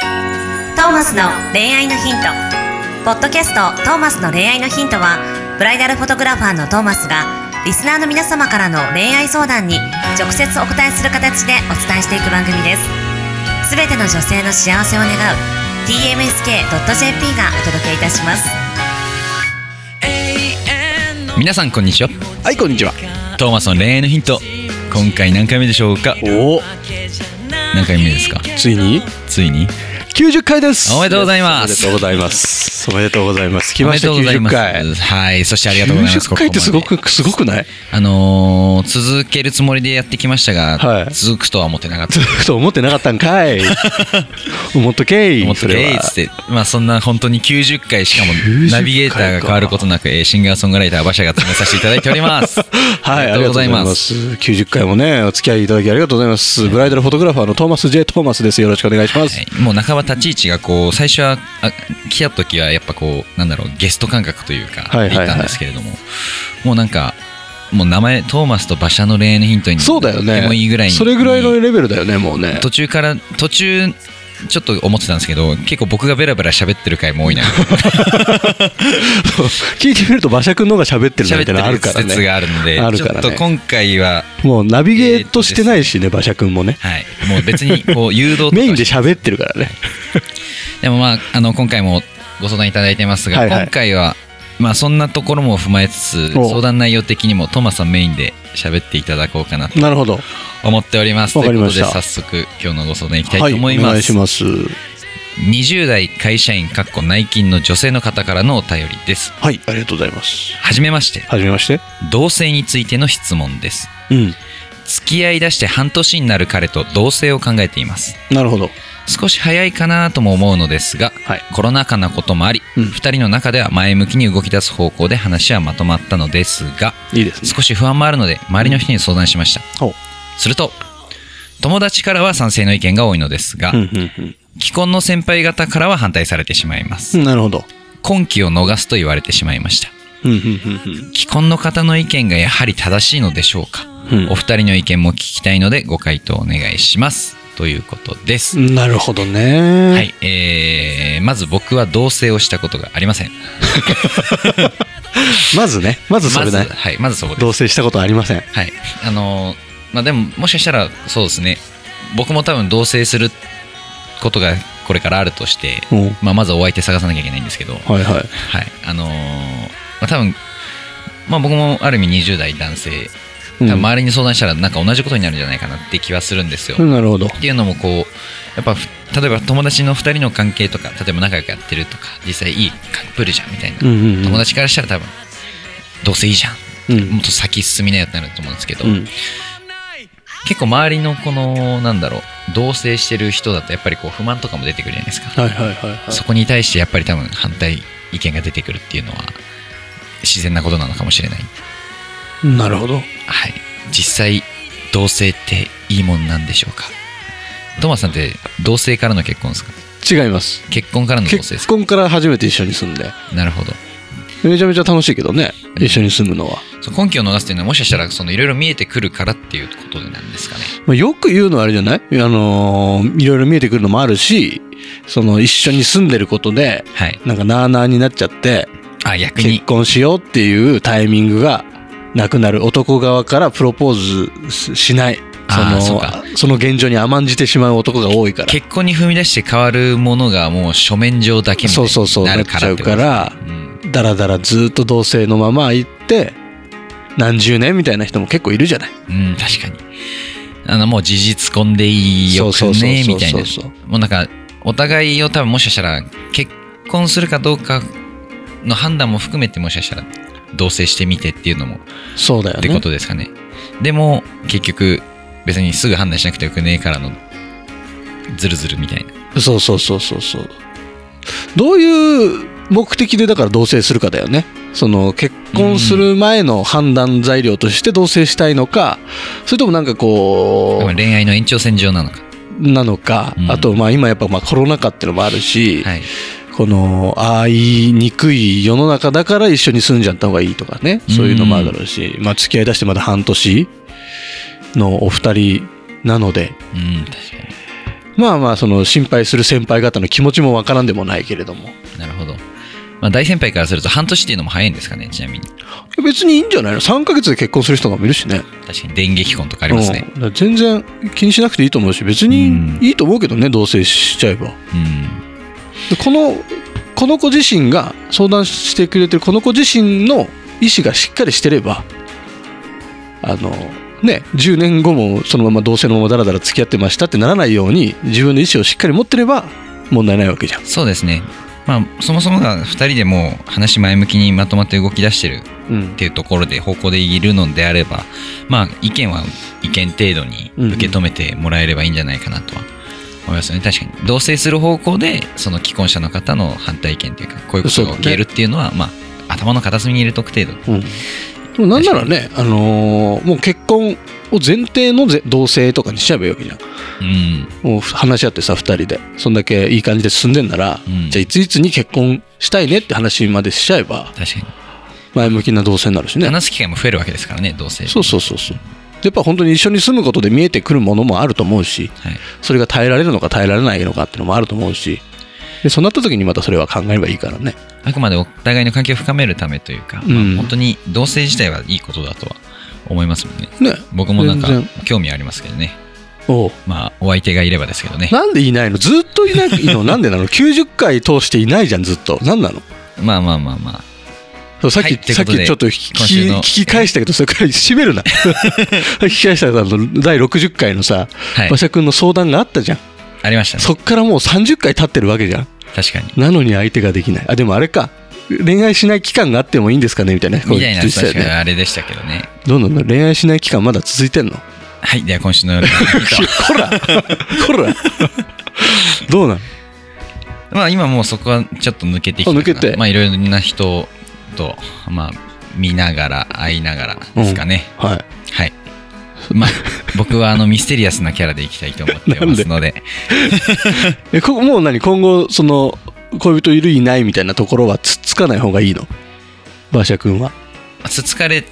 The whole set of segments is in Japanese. トーマスの恋愛のヒント」ポッドキャスト「トーマスの恋愛のヒントは」ブライダルフォトグラファーのトーマスがリスナーの皆様からの恋愛相談に直接お答えする形でお伝えしていく番組ですすべての女性の幸せを願う tmsk.jp がお届けいたします皆さんこんにちははいこんにちはトーマスの恋愛のヒント今回何回目でしょうかおお何回目ですかついについに90回ですおめでとうございますおめでとうございますおめでとうございます来おまめしでたとうござい90ます回はいそしてありがとうございます90回ってすごここまでくすごくないあのー続けるつもりでやってきましたが、はい続くとは思ってなかったと思ってなかったんかい思っとけい思ってそれてはつってまあそんな本当に90回しかも90ナビゲーターが変わることなくえーシンガーソングライター馬車が務めさせていただいております はい、ありがとうございます。90回もね、お付き合いいただきありがとうございます。ブライダルフォトグラファーのトーマス J. トーマスです。よろしくお願いします。はいもう半ば立ち位置がこう最初はあ来た時はやっぱこうなんだろうゲスト感覚というかはいではいはい行ったんですけれども、もうなんかもう名前トーマスと馬車の恋愛のヒントにそうだよでね。もいいぐらいにそれぐらいのレベルだよね、もうね。途中から途中ちょっと思ってたんですけど結構僕がベラベラ喋ってる回も多いな 聞いてみると馬車くんの方が喋ってるな喋っみてたいなのあるるから説ね。があるのであるちかょらねっと今回はもうナビゲートしてないしね、馬車くんもね。はいもう別にこう誘導とかメインで喋ってるからね。でもまああの今回もご相談いただいてますが、はいはい今回はまあそんなところも踏まえつつお相談内容的にもトマさんメインで喋っていただこうかなとなるほど。思っておりますわかりまとしいうたことで早速今日のご相談いきたいはい、とお思います,、願いします。 20代会社員かっこ内勤の女性の方からのお便りですはい、ありがとうございます。はじめましてはじめまして。同性についての質問ですうん。付き合い出して半年になる彼と同性を考えていますなるほど。少し早いかなとも思うのですが、はいコロナ禍なこともあり、う二ん2人の中では前向きに動き出す方向で話はまとまったのですがいいですね。少し不安もあるので周りの人に相談しました、ほうすると友達からは賛成の意見が多いのですが、うんうん既婚の先輩方からは反対されてしまいます、うん。なるほど。婚期を逃すと言われてしまいましたうんうんうん既婚の方の意見がやはり正しいのでしょうか、うんお二人の意見も聞きたいのでご回答お願いしますということですうん。なるほどね。はい、えー、まず僕は同棲をしたことがありません。まずね、まずそまれず、ね、はい、まずそこです。同棲したことありません。はい、あのーまあ、でも、もしかしたら、そうですね。僕も多分同棲することがこれからあるとして、うんまあ、まずお相手探さなきゃいけないんですけど。はい、はいはい。あのーまあ、多分。まあ、僕もある意味20代男性、多分周りに相談したら、なんか同じことになるんじゃないかなって気はするんですよ。うんなるほど。っていうのもこうやっぱふ例えば友達の2人の関係とか例えば仲良くやってるとか実際いいカップルじゃんみたいな、うんうんうん友達からしたら多分どうせいいじゃん、うんもっと先進みなよってなると思うんですけど、うん結構周りのこのなんだろう同棲してる人だとやっぱりこう不満とかも出てくるじゃないですか、はいはいはいはい。そこに対してやっぱり多分反対意見が出てくるっていうのは自然なことなのかもしれない、なるほど。はい、実際同棲っていいもんなんでしょうかトーマスさんって同棲からの結婚ですか違います。結婚からの同棲です結か婚から初めて一緒に住んで、なるほどめちゃめちゃ楽しいけどね、一緒に住むのは。そう根拠を逃すというのはもしかしたらそのいろいろ見えてくるからっていうことなんですかねまあ、よく言うのはあれじゃないあのーいろいろ見えてくるのもあるし、その一緒に住んでることで、はいなんかなあなあになっちゃって、あ逆に結婚しようっていうタイミングがなくなる男側からプロポーズししないそあーのそうかその現状に甘んじてしまう男が多いから結婚に踏み出して変わるものがもう書面上だけみたいそうそうそうにななるっかちゃらっうてことでかすねらうんだらだらずっと同性のまま行って何十年みたいな人も結構いるじゃないうん確かにあのもう事実婚でいいよくそうそうそうねそうみたいなそうそうもうなんかお互いを多分もしかしたら結婚するかどうかの判断も含めてもしかしたら同棲してみてっていうのもそうだよってこねとですかね。でも結局別にすぐ判断しなくてよくねえからのズルズルみたいな。そうそうそうそうそうどういう目的でだから同棲するかだよねその結婚する前の判断材料として同棲したいのかそれともなんかこう恋愛の延長線上なのか。なのか、うんあとまあ今やっぱまあコロナ禍ってのもあるし、はい。この会いにくい世の中だから一緒に住んじゃった方がいいとかねそういうのもあるだろうし、まあ付き合いだしてまだ半年のお二人なのでうん確かまあまあその心配する先輩方の気持ちもわからんでもないけれどもなるほど。まあ、大先輩からすると半年っていうのも早いんですかね、ちなみに。別にいいんじゃないの3ヶ月で結婚する人がいるしね確かに電撃婚とかありますね。うんだから全然気にしなくていいと思うし別にいいと思うけどね同棲しちゃえばうん。でこのこの子自身が相談してくれてるこの子自身の意思がしっかりしてればあのね10年後もそのまま同性のままだらだら付き合ってましたってならないように自分の意思をしっかり持ってれば問題ないわけじゃん、そうですね。まあ、そもそもが2人でもう話前向きにまとまって動き出してるっていうところで方向でいるのであれば、まあ、意見は意見程度に受け止めてもらえればいいんじゃないかなとは思いますよね。確かに。同棲する方向で、その既婚者の方の反対意見というか、こういうことが起きるっていうのは、まあ、頭の片隅に入れとく程度。うんでもなんならね、あのーもう結婚を前提のぜ同性とかにしちゃえばいいわけじゃんうん。もう話し合ってさ2人でそんだけいい感じで進んでんなら、うんじゃあいついつに結婚したいねって話までしちゃえば確かに。前向きな同性になるしね話す機会も増えるわけですからね、同棲。そうそうそうそう。やっぱ本当に一緒に住むことで見えてくるものもあると思うし、はい。それが耐えられるのか耐えられないのかっていうのもあると思うし、でそうなった時にまたそれは考えればいいからね。あくまでお互いの関係を深めるためというか、うまんあ本当に同棲自体はいいことだとは思いますもんね。ね。僕もなんか全然興味ありますけどね。おうまあ、お相手がいればですけどね。なんでいないのずっといないのなんでなの ?90 回通していないじゃん、ずっと。なんなのまあまあまあまあ。そうさっはき、いというさこっとできちょっと聞今き週の聞き返したけど、それから 閉め るな。聞き返したら、あの第60回のさ、はい馬。車君の相談があったじゃん。ありましたね。そっからもう30回経ってるわけじゃん。確かに。なのに相手ができない。あ、でもあれか。恋愛しない期間があってもいいんですかねみたいな。みたいな、こう言ってたよ確かねにあれでしたけどね。どうなの恋愛しない期間まだ続いてんのはい。では、今週の こ らこらどうなのまあ、今もうそこはちょっと抜けてきたかなあ抜けてまあ、いろいろな人と、まあ、見ながら、会いながらですかね。はい。はい。まあ、僕はあのミステリアスなキャラでいきたいと思ってますので、え、こもう何今後、その、恋人いるいないみたいなところはつっつかない方がいいの馬車君は。つつかれ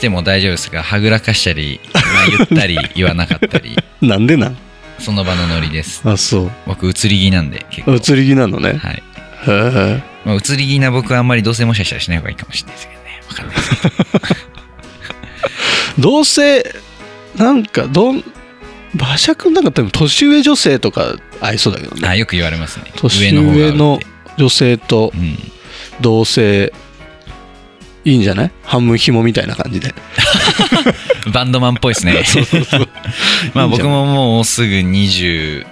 ても大丈夫ですが、はぐらかしたり、まあ、言った り、言わなかったり、なんでなんその場のノリです。あ、そう。僕、移り気なんで、結構。移り気なのね。はい。へえ。まあ、移り気な僕はあんまり同性もしかしたらしない方がいいかもしれないですけどね。わかん ないですけど。どうせ、なんか、どん、馬車君なんか多分年上女性とか合いそうだけどね。あよく言われますね。年方が合うっ上ての女性とうん。同性、いいんじゃない半分紐みたいな感じで。バンドマンっぽいですね。 まあいいんじ僕ゃなももうすぐ29。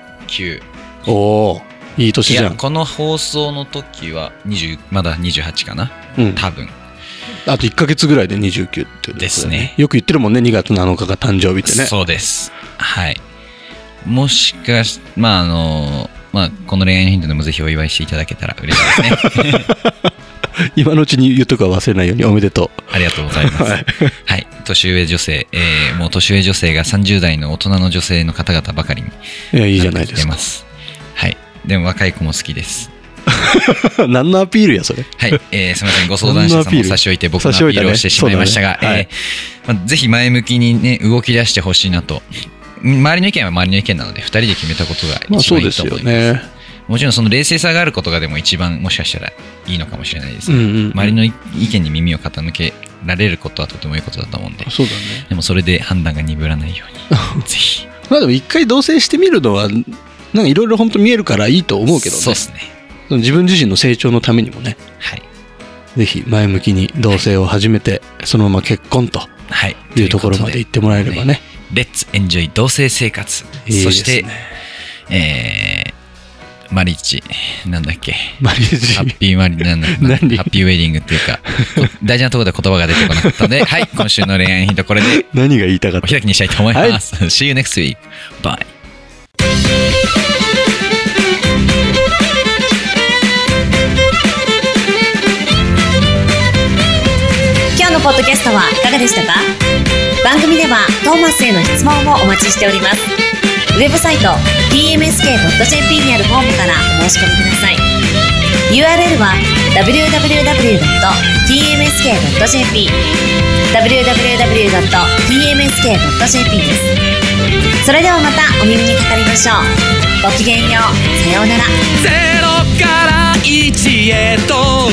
おおいいい年じゃや、んこの放送の時は20、まだ28かなうん、多分。あと1か月ぐらいで29ってことだよですねよく言ってるもんね2月7日が誕生日ってねそうです。はい。もしかし、まああの、まあこの恋愛のヒントでもぜひお祝いしていただけたら嬉しいですね。 今のうちに言っとくは忘れないようにおめでとありがとうございます。ははいい。年上女性、えーもう年上女性が30代の大人の女性の方々ばかりに。ういやいいじゃないなっですかてきてます。はい。でも若い子も好きです。 何のアピールやそれ はい、えーすみません、ご相談者さんも差し置いて、僕のアピールをしてしまいましたが、差し置いたねえーまあ、ぜひ前向きにね、動き出してほしいなと。周りの意見は周りの意見なので、2人で決めたことがまあ一そう番いでいとす思いよます。ねもちろん、その冷静さがあることがでも一番、もしかしたらいいのかもしれないですうんね、うん周りの意見に耳を傾けられることはとてもいいことだと思うんで、そうだねでもそれで判断が鈍らないよう に、ぜひ。まあでも一回同棲してみるのはなんかいろいろ本当見えるからいいと思うけどねそうですね。自分自身の成長のためにもねはい。ぜひ前向きに同棲を始めてそのまま結婚とはい。いうところまで行ってもらえればねレッツエンジョイ同性生活。いいでそすしてね、えーマリッジ、なんだっけ。マリエジハッピーマリなんだなんだ 何ハッピーウェディングって いうか、大事なところで言葉が出てこなかったので、はい、今週の恋愛ヒント、これで何が言いたかっおた開きにしたいと思います。See you next week. Bye. Podcast 今日のポッドキャストはいかがでしたか番組ではトーマスへの質問もお待ちしておりますウェブサイト tmsk.jp にあるフォームからお申し込みください URL は www.tmsk.jp www.tmsk.jp ですそれではまたお耳にかかりましょうごきげんようさようならゼロから一へと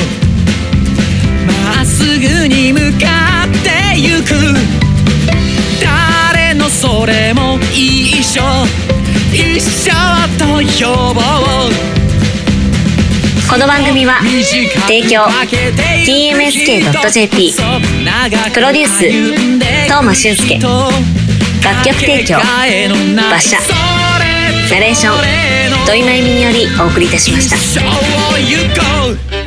まっすぐに向かってゆく誰のそれも一緒一緒と呼ぼうこの番組は提供 TMSK.jp プロデュース東間俊介楽曲提供馬車ナレーション土井真由美によりお送りいたしました一生を行こう